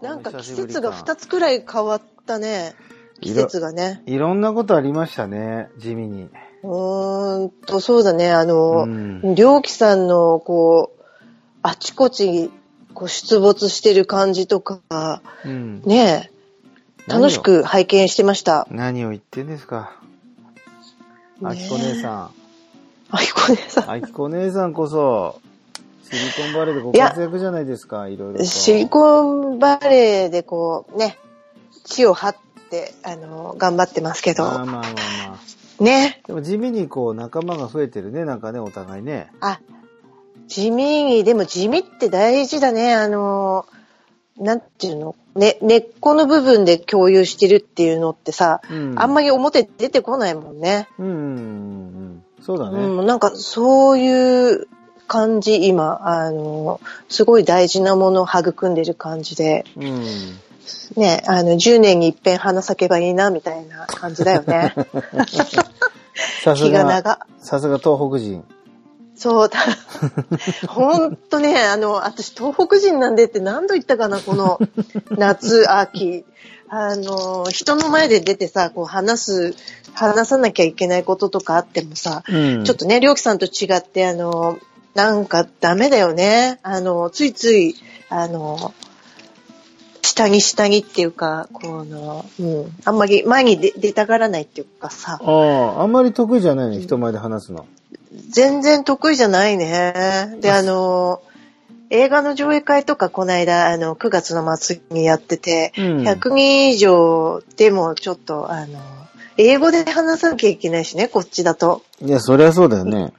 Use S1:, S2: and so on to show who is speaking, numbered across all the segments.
S1: なんか季節が2つくらい変わったね。季節がね。
S2: いろんなことありましたね、地味に。
S1: うーんと、そうだね。あの、
S2: うん
S1: りょうきさんの、こう、あちこち、こう、出没してる感じとか、
S2: うん。
S1: ねえ、
S2: 何を
S1: 楽しく拝見してました。
S2: 何を言ってんですか。あきこ
S1: ねえ
S2: 姉さん。
S1: あきこ姉さ
S2: あきこ姉さんこそ、シリコンバレーでご活躍じゃないですか、いろいろと。
S1: ん。シリコンバレーでこう、ね、地を張って、あの、頑張ってますけ
S2: まあまあ
S1: ど、
S2: まあまあ。
S1: ね、
S2: でも地味にこう仲間が増えてるね、なんかね、お互いね。
S1: あ、地味に、でも地味って大事だね、あの、なんていうの、ね、根っこの部分で共有してるっていうのってさ、
S2: うん。
S1: あんま
S2: り。
S1: り表出てこないもんね。
S2: うんうんうんうん。そうだね。
S1: うん、なんかそういう感じ、今、あの、すごい大事なものを育んでる感じで、
S2: うん。
S1: ね、あの、10年に一遍花咲けばいいな、みたいな感じだ よね。
S2: さす
S1: 気
S2: が、
S1: が長。
S2: さすが東北人。
S1: そうだ。 ほんとね、あの、私、東北人なんでって何度言ったかな、この夏、秋。あの、人の前で出てさ、こう話す、話さなきゃいけないこととかあってもさ、
S2: うん。
S1: ちょっとね、りょうきさんと違って、あの、なんかダメだよね。あの、ついつい、あの、下着下着っていうか、この、うん、あんまり前に出出たがらないっていうかさ、
S2: ああ、あんまり得意じゃないね、人前で話すの。
S1: 全然得意じゃないね。で、あの、映画の上映会とかこの間、あの、9月の末にやってて、
S2: うん
S1: 100人以上でもちょっと、あの、英語で話さなきゃいけないしね、こっちだと。
S2: いや、そりゃそうだよね。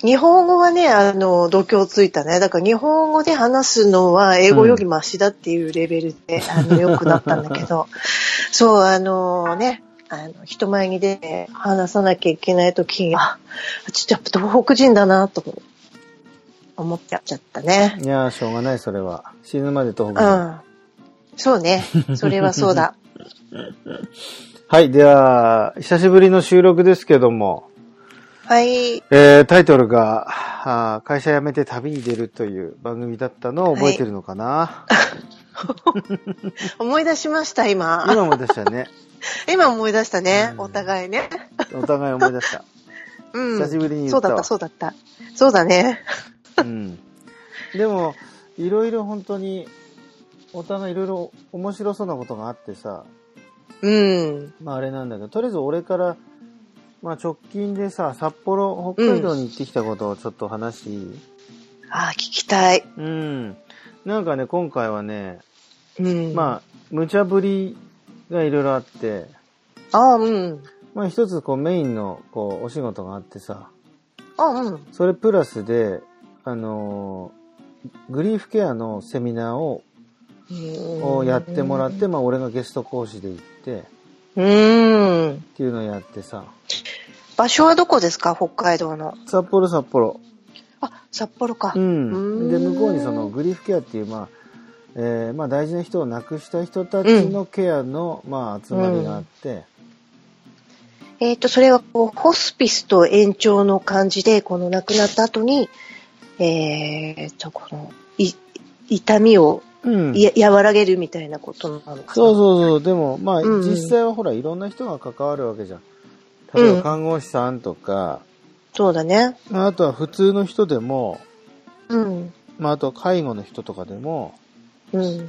S1: 日本語はね、あの、度胸ついたね。だから日本語で話すのは英語よりマシだっていうレベルで、あの、良くなったんだけ ど、そう、あのね、あの、人前に出て話さなきゃいけないときに、あ、ちょっとやっぱ東北人だな、と思っちゃったね。
S2: いや、しょうがない、それは。死ぬまで東
S1: う
S2: 北人。
S1: ん。そうね。それはそう だ。
S2: はい、では、久しぶりの収録ですけども、
S1: はい。
S2: えー、タイトルが、あー会社辞めて旅に出るという番組だったのを覚えてるのかな、
S1: 思い出しました、今。
S2: 今思い出したよね。
S1: 今思い出したね。
S2: うん
S1: お互いね。
S2: お互い思い出した。
S1: うん。
S2: 久しぶりに言った
S1: そう
S2: わ
S1: だった、そうだった。そうだね。
S2: うんでも、いろいろ本当に、お互いいろいろ面白そうなことがあってさ、
S1: うん。
S2: まああれなんだけど、とりあえず俺から、まあ直近でさ、札幌、北海道に行ってきたことをちょっと話し、
S1: ああ、聞きたい。
S2: うん、なんかね、今回はね、
S1: うん。
S2: まあ、無茶ぶりがいろいろあって、
S1: あ。ああ、うん。
S2: まあ一つこうメインのこうお仕事があってさ、
S1: ああ、うん。
S2: それプラスで、あのーグリーフケアのセミナーを
S1: うん
S2: をやってもらって、。まあ俺がゲスト講師で行って、
S1: うん。
S2: っていうのをやってさ、
S1: 場所はどこですか北海道の。
S2: 札幌札幌。
S1: あ、札幌か。
S2: う
S1: うー
S2: ん。
S1: ん
S2: で、向こうにそのグリーフケアっていう、まあ、えーまあ大事な人を亡くした人たちのケアの、まあ集まりがあって、
S1: えっ、と、それはこう、ホスピスと延長の感じで、この亡くなった後に、えっ、と、この、い、痛みを
S2: うん。
S1: いや和らげるみたいなことなのかな。
S2: そう
S1: う。
S2: そうそう。でも、まあ、
S1: うんうん
S2: 実際はほら、いろんな人が関わるわけじゃん。例え
S1: う
S2: ば
S1: ん
S2: 看護師さんとか、
S1: そうだね。
S2: まああとは普通の人でも、
S1: うん。
S2: まあ、あとは介護の人とかでも、
S1: うん。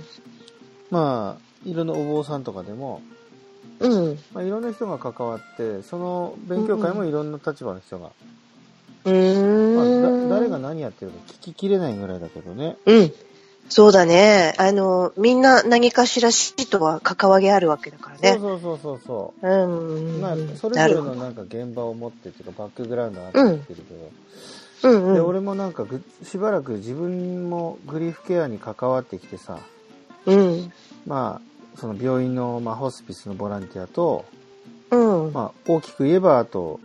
S2: まあ、いろんなお坊さんとかでも、
S1: うん。
S2: まあ、いろんな人が関わって、その勉強会もいろんな立場の人が、
S1: うーん。
S2: まあだ誰が何やってるか聞ききれないぐらいだけどね。
S1: うん。そうだね。あの、みんな何かしら死とは関わりあるわけだからね。
S2: そうそうそうそうう。
S1: ん。
S2: まあ、それぞ
S1: な
S2: れ
S1: るほ
S2: の
S1: ど。
S2: なんか現場を持ってっていうか、バックグラウンドがあってるけど、
S1: うんうん。
S2: で、俺もなんかぐ、しばらく自分もグリーフケアに関わってきてさ、
S1: うん。
S2: まあ、その病院の、まあ、ホスピスのボランティアと、
S1: うん。
S2: まあ、大きく言えば、あと、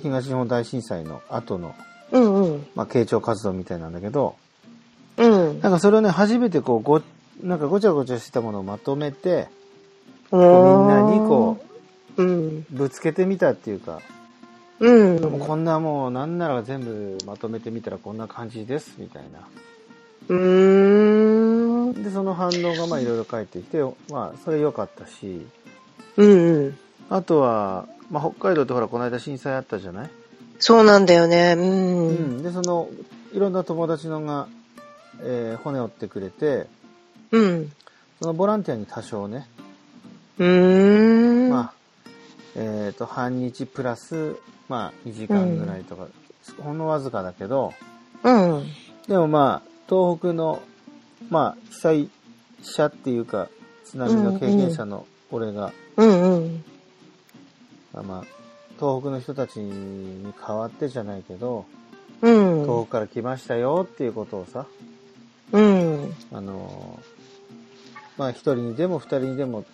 S2: 東日本大震災の後の、
S1: うんうん。
S2: まあ、慶長活動みたいなんだけど、
S1: うん。
S2: なんかそれをね、初めてこう、ご、なんかごちゃごちゃしたものをまとめて、こうみんなにこ
S1: う。うん。
S2: う、ぶつけてみたっていうか、
S1: うん。
S2: もうこんなもう、なんなら全部まとめてみたらこんな感じです、みたいな。
S1: うーん。
S2: でその反応がまあいろいろ返ってきて、まあ、それ良かったし
S1: うんうん。
S2: あとは、まあ、北海道ってほらこの間震災あったじゃない、
S1: そうなんだよね。うん。
S2: う
S1: うん。
S2: ん、でそのいろんな友達のが、えー骨折ってくれて
S1: うん。
S2: そのボランティアに多少ね、
S1: うーん。
S2: まあえー、と半日プラス、まあ、2時間ぐらいとか、ほんのわずかだけど
S1: うん。
S2: でもまあ東北の、まあ、被災者っていうか津波の経験者の俺が、
S1: うんうん。
S2: あまあ、東北の人たちに代わってじゃないけど、
S1: うん。
S2: 東北から来ましたよっていうことをさ、
S1: うん。
S2: あのーまあ一人にでも二人にでも、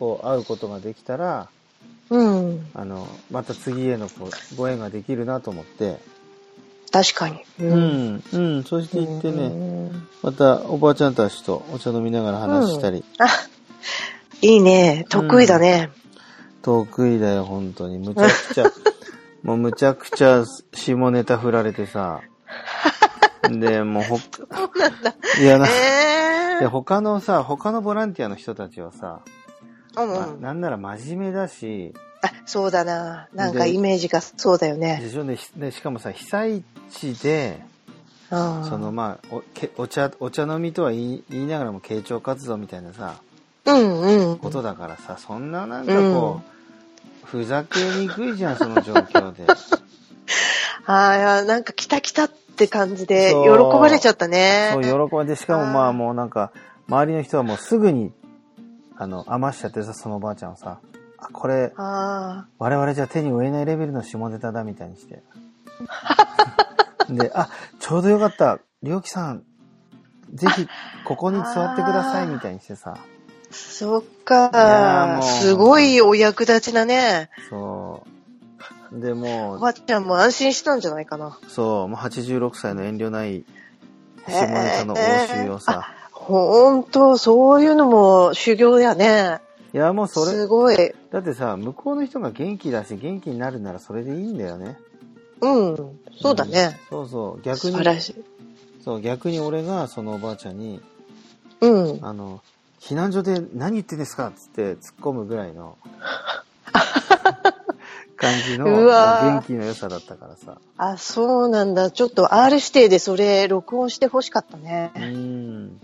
S2: こう会うことができたら、
S1: うん。
S2: あの、また次へのこうご縁ができるなと思って、
S1: 確かに。う
S2: う。ん、うん、そうしていって
S1: う
S2: ね、
S1: ん
S2: またおばあちゃんたちとお茶飲みながら話したり、
S1: あ、いいね。得意だね。
S2: 得意だよ、本当に。むちゃくち ゃ、もうむちゃくちゃ下ネタ振られてさ、で、もうほっ、 いやな、
S1: え
S2: で
S1: え。
S2: 他のさ、他のボランティアの人たちはさ、
S1: うんう
S2: まあ
S1: ん。
S2: なんなら真面目だし、
S1: あ、そうだな。なんか
S2: で
S1: イメージがそうだよね。
S2: でしょね、ひでしかもさ、被災地で、
S1: うん。
S2: そのまあおけお茶、お茶飲みとは言い言いながらも慶長活動みたいなさ、
S1: うんうん。
S2: ことだからさ、そんななんかこう、ふざけにくいじゃん、その状況で。
S1: ああ、なんか来た来たって感じで、喜
S2: そう
S1: ばれちゃったね。
S2: そう、喜ばれて、しかもま
S1: あ
S2: あ
S1: ー
S2: もうなんか、周りの人はもうすぐに、あの、余しちゃってさ、そのおばあちゃんをさ、あ、これ、
S1: あ
S2: 我々じゃ手に負えないレベルの下ネタだみたいにして。で、あ、ちょうどよかった。りょうきさん、ぜひ、ここに座ってくださいみたいにしてさ。
S1: あ、そっ
S2: いやーも
S1: か
S2: う。
S1: すごいお役立ちだね。
S2: そう。で、
S1: お
S2: も
S1: ばあちゃんも安心したんじゃないかな。
S2: う、そう、もう86歳の遠慮ない下ネタの応酬をさ。
S1: ほんと、そういうのも修行やね。
S2: いや、もうそれ、
S1: すごい。
S2: だってさ、向こうの人が元気だし、元気になるならそれでいいんだよね。
S1: うん。そうだね。
S2: うん。そうそう。逆
S1: 素
S2: に
S1: 晴、らしい。
S2: そう、逆に俺がそのおばあちゃんに、
S1: うん。
S2: あの、避難所で何言ってんですかっつって突っ込むぐらい の感じの
S1: うわー
S2: 元気の良さだったからさ。
S1: あ、そうなんだ。ちょっと R 指定でそれ録音してほしかったね
S2: う。ーん。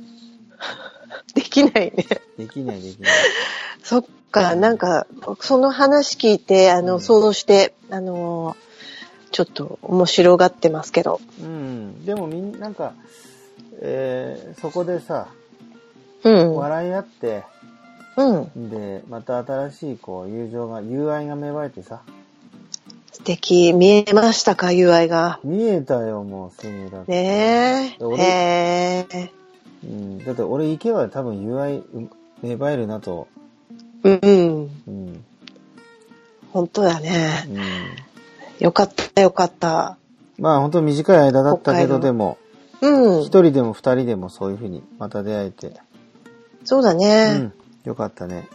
S1: できないね。
S2: できないできない。
S1: そっか、なんか、その話聞いて、あ
S2: う
S1: の、
S2: ん
S1: 想像して、あの、ちょっと面白がってますけど。
S2: うん。でもみんな、なんか、えーそこでさ、
S1: うん。うん。
S2: 笑い合って、
S1: 素
S2: で、また新しいこう友情が、友愛が芽生えてさ、
S1: 敵。見えましたか、友愛が。
S2: 見えたよ、もう、すぐだって。
S1: ねえ。
S2: 俺
S1: へえ。
S2: うん。だって俺行けば多分友愛うん芽生えるなと、
S1: うん。
S2: うん。
S1: 本当だね。
S2: うん。
S1: よかった、よかった。
S2: まあ本当短い間だったけ
S1: 北海
S2: ど
S1: 道
S2: でも、
S1: う
S2: 一
S1: ん。
S2: 人でも二人でもそういうふうにまた出会えて、
S1: そうだ
S2: う
S1: ね。
S2: ん、よかったね。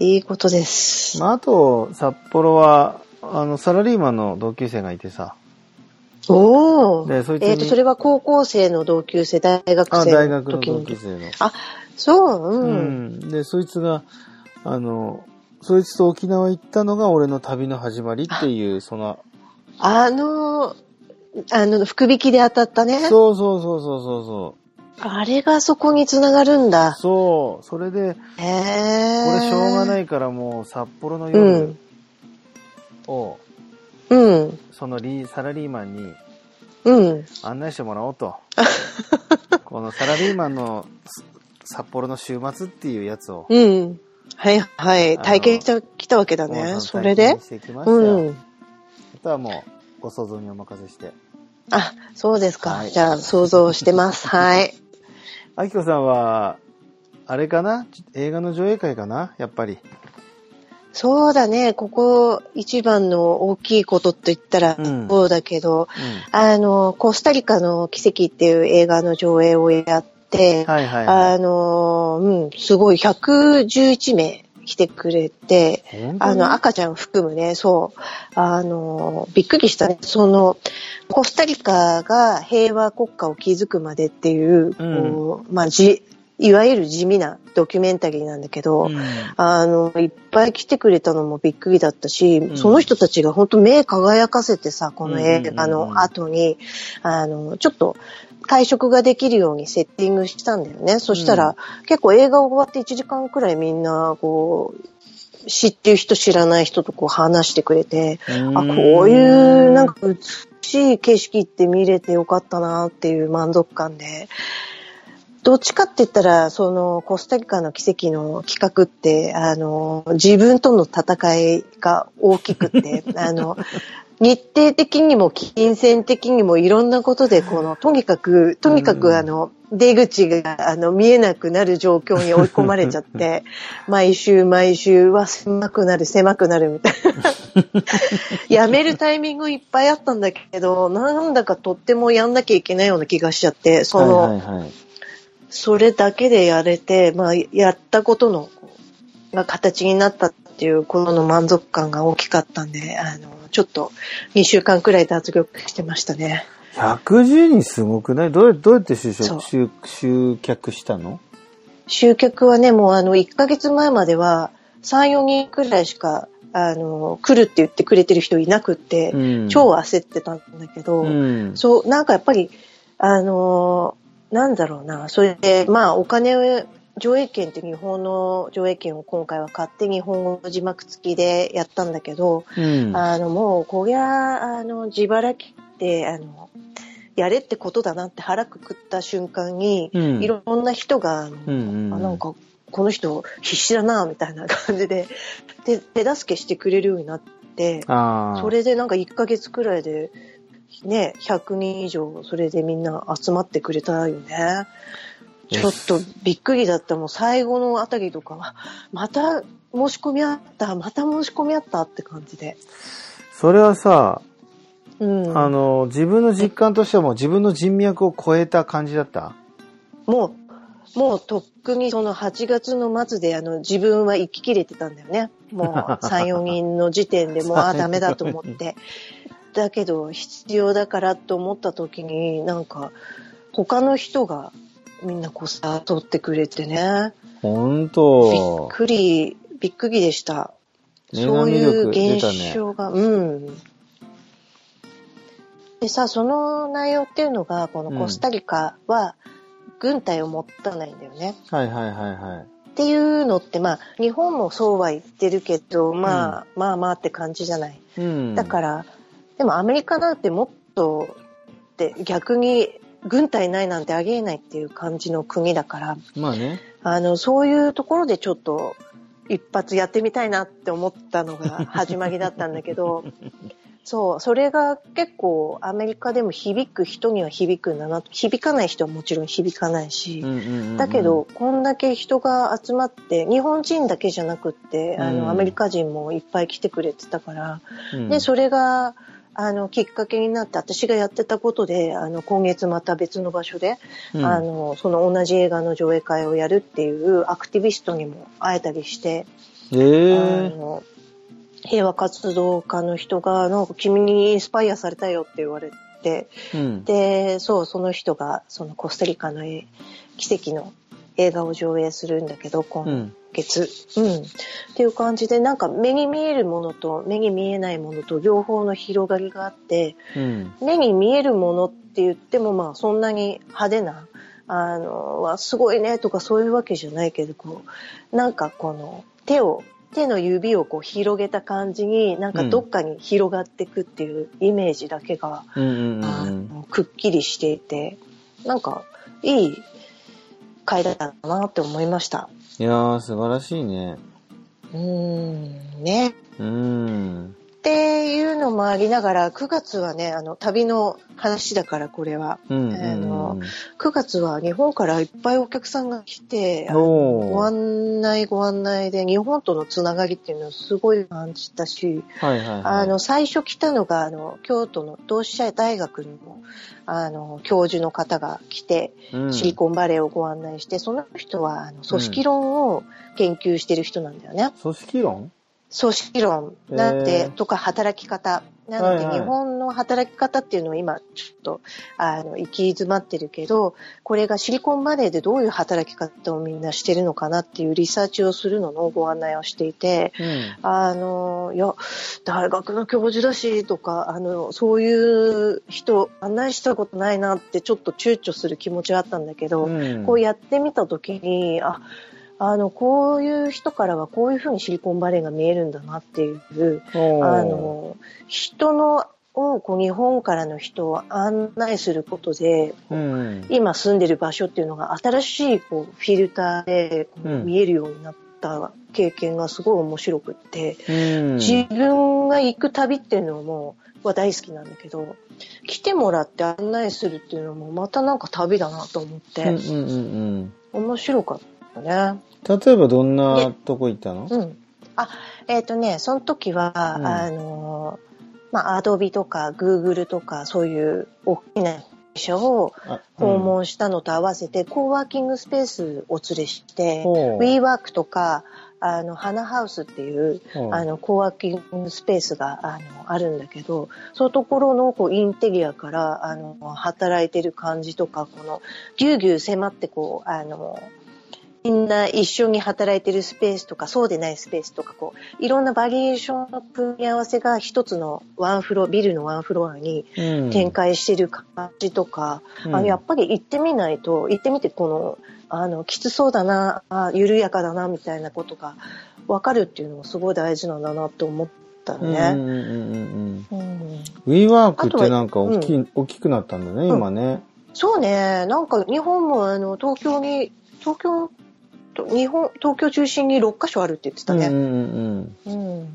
S1: いいことです。
S2: まああと、札幌は、あの、サラリーマンの同級生がいてさ、
S1: おお。
S2: でそいつに
S1: えっと、それは高校生の同級生、大学
S2: あ
S1: 生
S2: 大
S1: の
S2: 学の
S1: 時
S2: 同
S1: に
S2: 級。生の。
S1: あ、そう、
S2: う
S1: うん。
S2: ん。で、そいつが、あの、そいつと沖縄行ったのが俺の旅の始まりっていう、その、
S1: あの、あの、福引きで当たったね。
S2: そうそうそうそうそうそう。
S1: あれがそこにつながるんだ。
S2: そう、それで、
S1: へ
S2: これ
S1: え。。
S2: しょうがないいからもう札幌の
S1: う
S2: 夜
S1: ん。
S2: を、
S1: うん。
S2: そのリーサラリーマンに、
S1: うん。
S2: 案内してもらおう とこのサラリーマンのす札幌の週末っていうやつを、
S1: うん。はいはい。
S2: あの
S1: 体験してきたわけだ
S2: 大野さ
S1: ね。
S2: ん
S1: それで
S2: 体験してきました
S1: う
S2: よ、
S1: ん。
S2: あとはもうご想像にお任せして
S1: あ、そうですか。
S2: はい
S1: じゃあ、想像し てます。はい。
S2: あきこさんはあれかなち映画の上映会かなやっぱり
S1: そうだね。ここ一番の大きいことと言ったら
S2: うん
S1: そうだけど、
S2: う
S1: あの、コスタリカの奇跡っていう映画の上映をやって、
S2: んはいはいはい
S1: あのーうん、すごい、111名来てくれて、
S2: 本当
S1: あ
S2: に
S1: の、赤ちゃん含むね、そう、あのーびっくりしたね。その、コスタリカが平和国家を築くまでっていう、
S2: うん
S1: こうまあ、じ、いわゆる地味なドキュメンタリーなんだけど、
S2: うん
S1: あの、いっぱい来てくれたのもびっくりだったし、
S2: ん
S1: その人たちが本当目輝かせてさ、この
S2: うんうん
S1: 映
S2: うん
S1: 画の後に、あの、ちょっと会食ができるようにセッティングしたんだよね。そしたら、結構映画終わって1時間くらいみんな、こう、知ってる人知らない人とこう話してくれて、あ、こういう、なんか美しい景色って見れてよかったなっていう満足感で、どっちかって言ったら、その、コスタリカの奇跡の企画って、あの、自分との戦いが大きく って、あの、日程的にも金銭的にもいろんなことで、この、とにかく、とにか
S2: うん
S1: くあの、出口が、あの、見えなくなる状況に追い込まれちゃって、毎週毎週は狭くなる、狭くなるみたいな。 やめるタイミングいっぱいあったんだけど、なんだかとってもやんなきゃいけないような気がしちゃって、その、
S2: はいはいはい
S1: それだけでやれて、まあ、やったことの、が形になったっていうことの満足感が大きかったんで、あの、ちょっと2週間くらい脱力してましたね。
S2: 110人すごくないどうやどうやって就
S1: そう
S2: 職集集客したの
S1: 集客はね、もうあの、1ヶ月前までは3、4人くらいしか、あの、来るって言ってくれてる人いなくって、
S2: うん
S1: 超焦ってたんだけど、
S2: うん
S1: そう、なんかやっぱり、あのーなんだろうな、それで、まあ、お金を、上映券って日本の上映券を今回は買って日本語字幕付きでやったんだけど、
S2: うん
S1: あの、もう、こりゃ、あの、自腹切って、あの、やれってことだなって腹くくった瞬間に、
S2: うん
S1: いろんな人が、あの
S2: うんうん
S1: あなんか、この人必死だな、みたいな感じで、で手助けしてくれるようになって、
S2: あー
S1: それでなんか1ヶ月くらいで、ね、100人以上、それでみんな集まってくれたよね。
S2: え
S1: ちょっとびっくりだった。もう最後のあたりとかは、また申し込みあった、また申し込みあったって感じで。
S2: それはさ、
S1: うん。
S2: あの、自分の実感としてはもう自分の人脈を超えた感じだった
S1: もう、もうとっくにその8月の末であの自分は生き切れてたんだよね。もう3、4人の時点でもう、あ、ダメだと思って。だけど、必要だからと思った時に、なんか、他の人がみんなこうさ、取ってくれてね。
S2: ほん
S1: びっ
S2: と。
S1: くり、びっくりでした。
S2: 女
S1: そう
S2: 神
S1: いう
S2: 力出たね
S1: 現象が、うん。でさ、その内容っていうのが、このコスタリカは、軍隊を持たないんだよね。
S2: はいはいはいはい。
S1: っていうのって、まあ、日本もそうは言ってるけど、まあ、まあまあって感じじゃない。
S2: うん。
S1: だから、でもアメリカなんてもっと、って逆に軍隊ないなんてありえないっていう感じの国だから、
S2: まあね。
S1: あの、そういうところでちょっと一発やってみたいなって思ったのが始まりだったんだ けど、そう、それが結構アメリカでも響く人には響くんだなと、響かない人はもちろん響かないし、
S2: うんうんうんうん
S1: だけど、、こんだけ人が集まって、日本人だけじゃなくって、あ
S2: うん
S1: の、アメリカ人もいっぱい来てくれてたから、
S2: うん
S1: で、それが、あの、きっかけになって、私がやってたことで、あの、今月また別の場所で、
S2: うん
S1: あの、その同じ映画の上映会をやるっていうアクティビストにも会えたりして、
S2: え
S1: あ
S2: ー、
S1: の、平和活動家の人が、なんか君にインスパイアされたよって言われて、
S2: うん、
S1: で、そう、その人が、そのコスタリカのえ奇跡の映画を上映するんだけど、
S2: う
S1: 今
S2: ん。
S1: 月。うん。っていう感じで、なんか目に見えるものと目に見えないものと両方の広がりがあって、
S2: うん。
S1: 目に見えるものって言っても、まあ、そんなに派手な、あの、わすごいねとかそういうわけじゃないけど、こう、なんかこの手を、手の指をこう広げた感じに、なんかどっかに広がっていくっていうイメージだけが、
S2: うんうんう
S1: あ
S2: ん。
S1: のくっきりしていて、なんか、いい回だったなって思いました。
S2: いやー、素晴らしいね。
S1: うーん、ね。
S2: うん。
S1: っていうのもありながら、9月はね、あの、旅の話だから、これは。
S2: うんうんうん
S1: あの9月は日本からいっぱいお客さんが来て、あの
S2: おー
S1: ご案内ご案内で、日本とのつながりっていうのをすごい感じたし、
S2: はいはいはい。
S1: あの、最初来たのが、あの、京都の同志社大学の、あの、教授の方が来て、
S2: うん、
S1: シリコンバレーをご案内して、その人はあの組織論を研究してる人なんだよね。
S2: 組織論
S1: 組織論なん
S2: へ
S1: て、
S2: ー
S1: とか働き方。なので
S2: はいはい
S1: 日本の働き方っていうのは今ちょっとあの行き詰まってるけど、これがシリコンバレーでどういう働き方をみんなしてるのかなっていうリサーチをするののご案内をしていて、
S2: うん。
S1: あの、いや、大学の教授だしとか、あの、そういう人案内したことないなってちょっと躊躇する気持ちはあったんだけど、
S2: うん
S1: こうやってみた時に、あ、あの、こういう人からはこういうふうにシリコンバレーが見えるんだなっていう、
S2: おー
S1: あの、人の、をこう日本からの人を案内することで、
S2: うん。
S1: 今住んでる場所っていうのが新しいこうフィルターでこう
S2: うん
S1: 見えるようになった経験がすごい面白くって、
S2: うん。
S1: 自分が行く旅っていうのもは大好きなんだけど来てもらって案内するっていうのもまたなんか旅だなと思って、
S2: うんうんうんうん。
S1: 面白かったね。
S2: 例えばどんなとこ行ったの
S1: うん、あえっ、とねその時は、
S2: ん
S1: あのまあアドビとかグーグルとかそういう大きな会社を
S2: あ
S1: 訪問したのと合わせて、コーワーキングスペースお連れして、
S2: ほう
S1: WeWork とか、あの、花ハウスっていう、
S2: ほう
S1: あの、コーワーキングスペースが、あの、あるんだけど、そういうところの、こう、インテリアから、あの、働いてる感じとか、この、ぎゅうぎゅう迫って、こう、あの、みんな一緒に働いてるスペースとか、そうでないスペースとか、こう、いろんなバリエーションの組み合わせが一つのワンフロア、ビルのワンフロアに
S2: うん
S1: 展開してる感じとか、あのやっぱり行ってみないと行ってみてこのあのきつそうだなあ緩やかだなみたいなことが分かるっていうのもすごい大事なんだなと思った
S2: うんうん
S1: ね。
S2: うんうんうん。
S1: うん
S2: WeWork ってなんか大き,、大きくなったんだね、
S1: うん
S2: 今ね。
S1: そうねなんか日本もあの東京に東京と日本東京中心に6カ所あるって言ってた
S2: うん
S1: ね。
S2: うん
S1: うん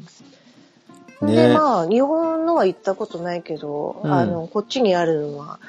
S2: うん。
S1: で
S2: ね。
S1: まあ日本のは行ったことないけど、
S2: うん
S1: あのこっちにあるのは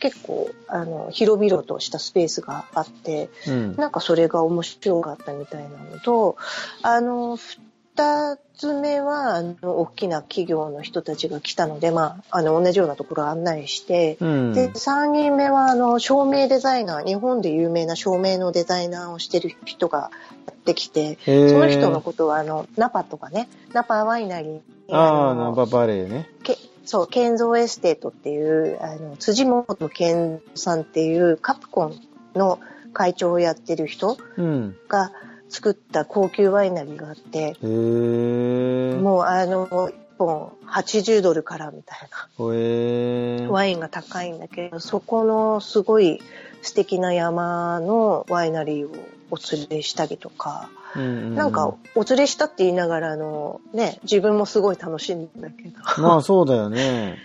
S1: 結構あの広々としたスペースがあって。
S2: うん
S1: なんかそれが面白かったみたいなのと、あの、二つ目は、あの、大きな企業の人たちが来たので、まあ、あの、同じようなところを案内して、
S2: うん。
S1: で、三人目は、あの、照明デザイナー、日本で有名な照明のデザイナーをしてる人がやってきて、
S2: へー
S1: その人のことは、あの、ナパとかね、ナパワイナリー、
S2: ああ、
S1: の
S2: ナンバーバレーね。
S1: けそう、建造エステートっていう、あの、辻元健さんっていうカプコンの会長をやってる人
S2: うん。
S1: が作った高級ワイナリーがあって、
S2: へえ。
S1: もうあの、1本80ドルからみたい
S2: ほえ
S1: な、
S2: ー。
S1: ワインが高いんだけど、そこのすごい素敵な山のワイナリーをお連れしたりとか、
S2: な
S1: なんか、お連れしたって言いながら、あの、ね、自分もすごい楽しいんだ けど。
S2: まあそうだよね。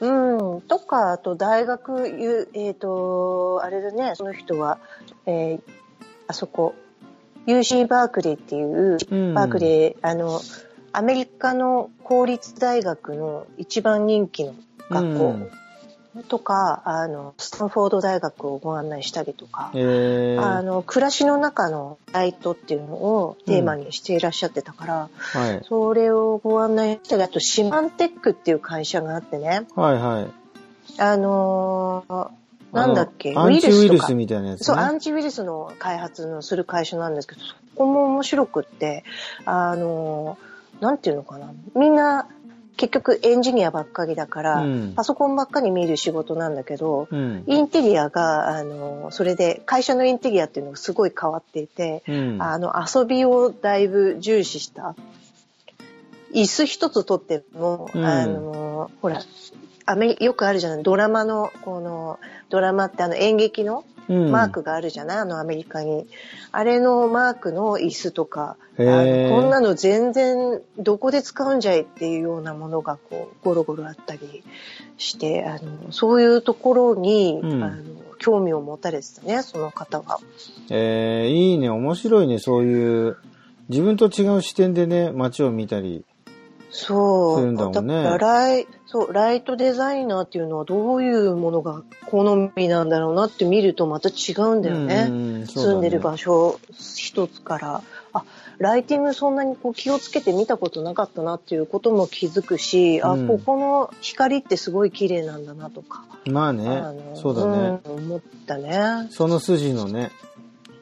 S1: うん、とか、あと大学、ゆえっ、と、あれだね、その人は、えーあそこ、UC バークリーっていう、
S2: うん
S1: バークリー、あの、アメリカの公立大学の一番人気の学校とか、あの、スタンフォード大学をご案内したりとか
S2: うん、へえ。
S1: あの、暮らしの中のライトっていうのをテーマにしていらっしゃってたから、
S2: はい。
S1: それをご案内したり、あと、シマンテックっていう会社があってね、
S2: はいはい。
S1: あのーなんだっけ、
S2: あのアンチウイ
S1: と
S2: ル
S1: か
S2: ス。みたいなやつね。
S1: そう、アンチウイルスの開発のする会社なんですけど、そこも面白くって、あのーなんていうのかな。みんな、結局エンジニアばっかりだから、
S2: うん
S1: パソコンばっかり見る仕事なんだけど、
S2: うん。
S1: インテリアが、あのーそれで、会社のインテリアっていうのがすごい変わっていて、
S2: うん。
S1: あの、遊びをだいぶ重視した。椅子一つ取っても、
S2: うん
S1: あの、ほら、アメリよくあるじゃない、ドラマの、この、ドラマってあの演劇の
S2: うん
S1: マークがあるじゃない、あのアメリカに。あれのマークの椅子とか、あ
S2: へー
S1: のこんなの全然どこで使うんじゃいっていうようなものがこう、ゴロゴロあったりして、あの、そういうところに、
S2: うん
S1: あの、興味を持たれてたね、その方は。
S2: えー、いいね、面白いね、そういう、自分と違う視点でね、街を見たり。
S1: そう。
S2: するんだもんね
S1: からライ、そう、ライトデザイナーっていうのはどういうものが好みなんだろうなって見るとまた違うんだよね。
S2: うんそうだね
S1: 住んでる場所一つから。あ、ライティングそんなにこう気をつけて見たことなかったなっていうことも気づくし、
S2: うん
S1: あ、ここの光ってすごい綺麗なんだなとか。
S2: まあね
S1: あの、
S2: そうだね。
S1: うん思ったね。
S2: その筋のね、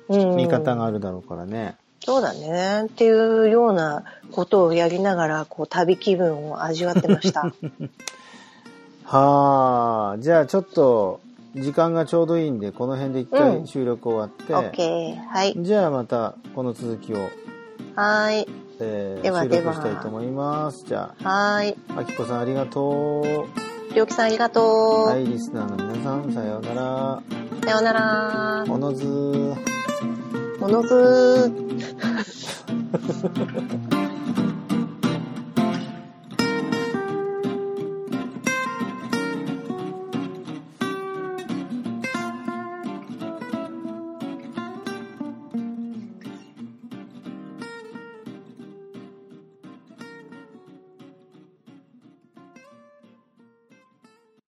S1: うん
S2: 見方があるだろうからね。
S1: そうだね。っていうようなことをやりながら、こう、旅気分を味わって ました。
S2: はあ、じゃあちょっと、時間がちょうどいいんで、この辺で一
S1: う
S2: 回
S1: ん
S2: 収録終わって、
S1: オッケー。はい。
S2: じゃあまたこの続きを、
S1: はーい。
S2: えー
S1: では
S2: 収
S1: で
S2: 録
S1: は
S2: したいと思います。じゃ
S1: はーい。
S2: あ、あきこさんありがと
S1: りょうきさんありが
S2: う。
S1: とう。
S2: はい、リスナーの皆さん、さようなら。
S1: さようなら。
S2: おのずー。
S1: ものずー。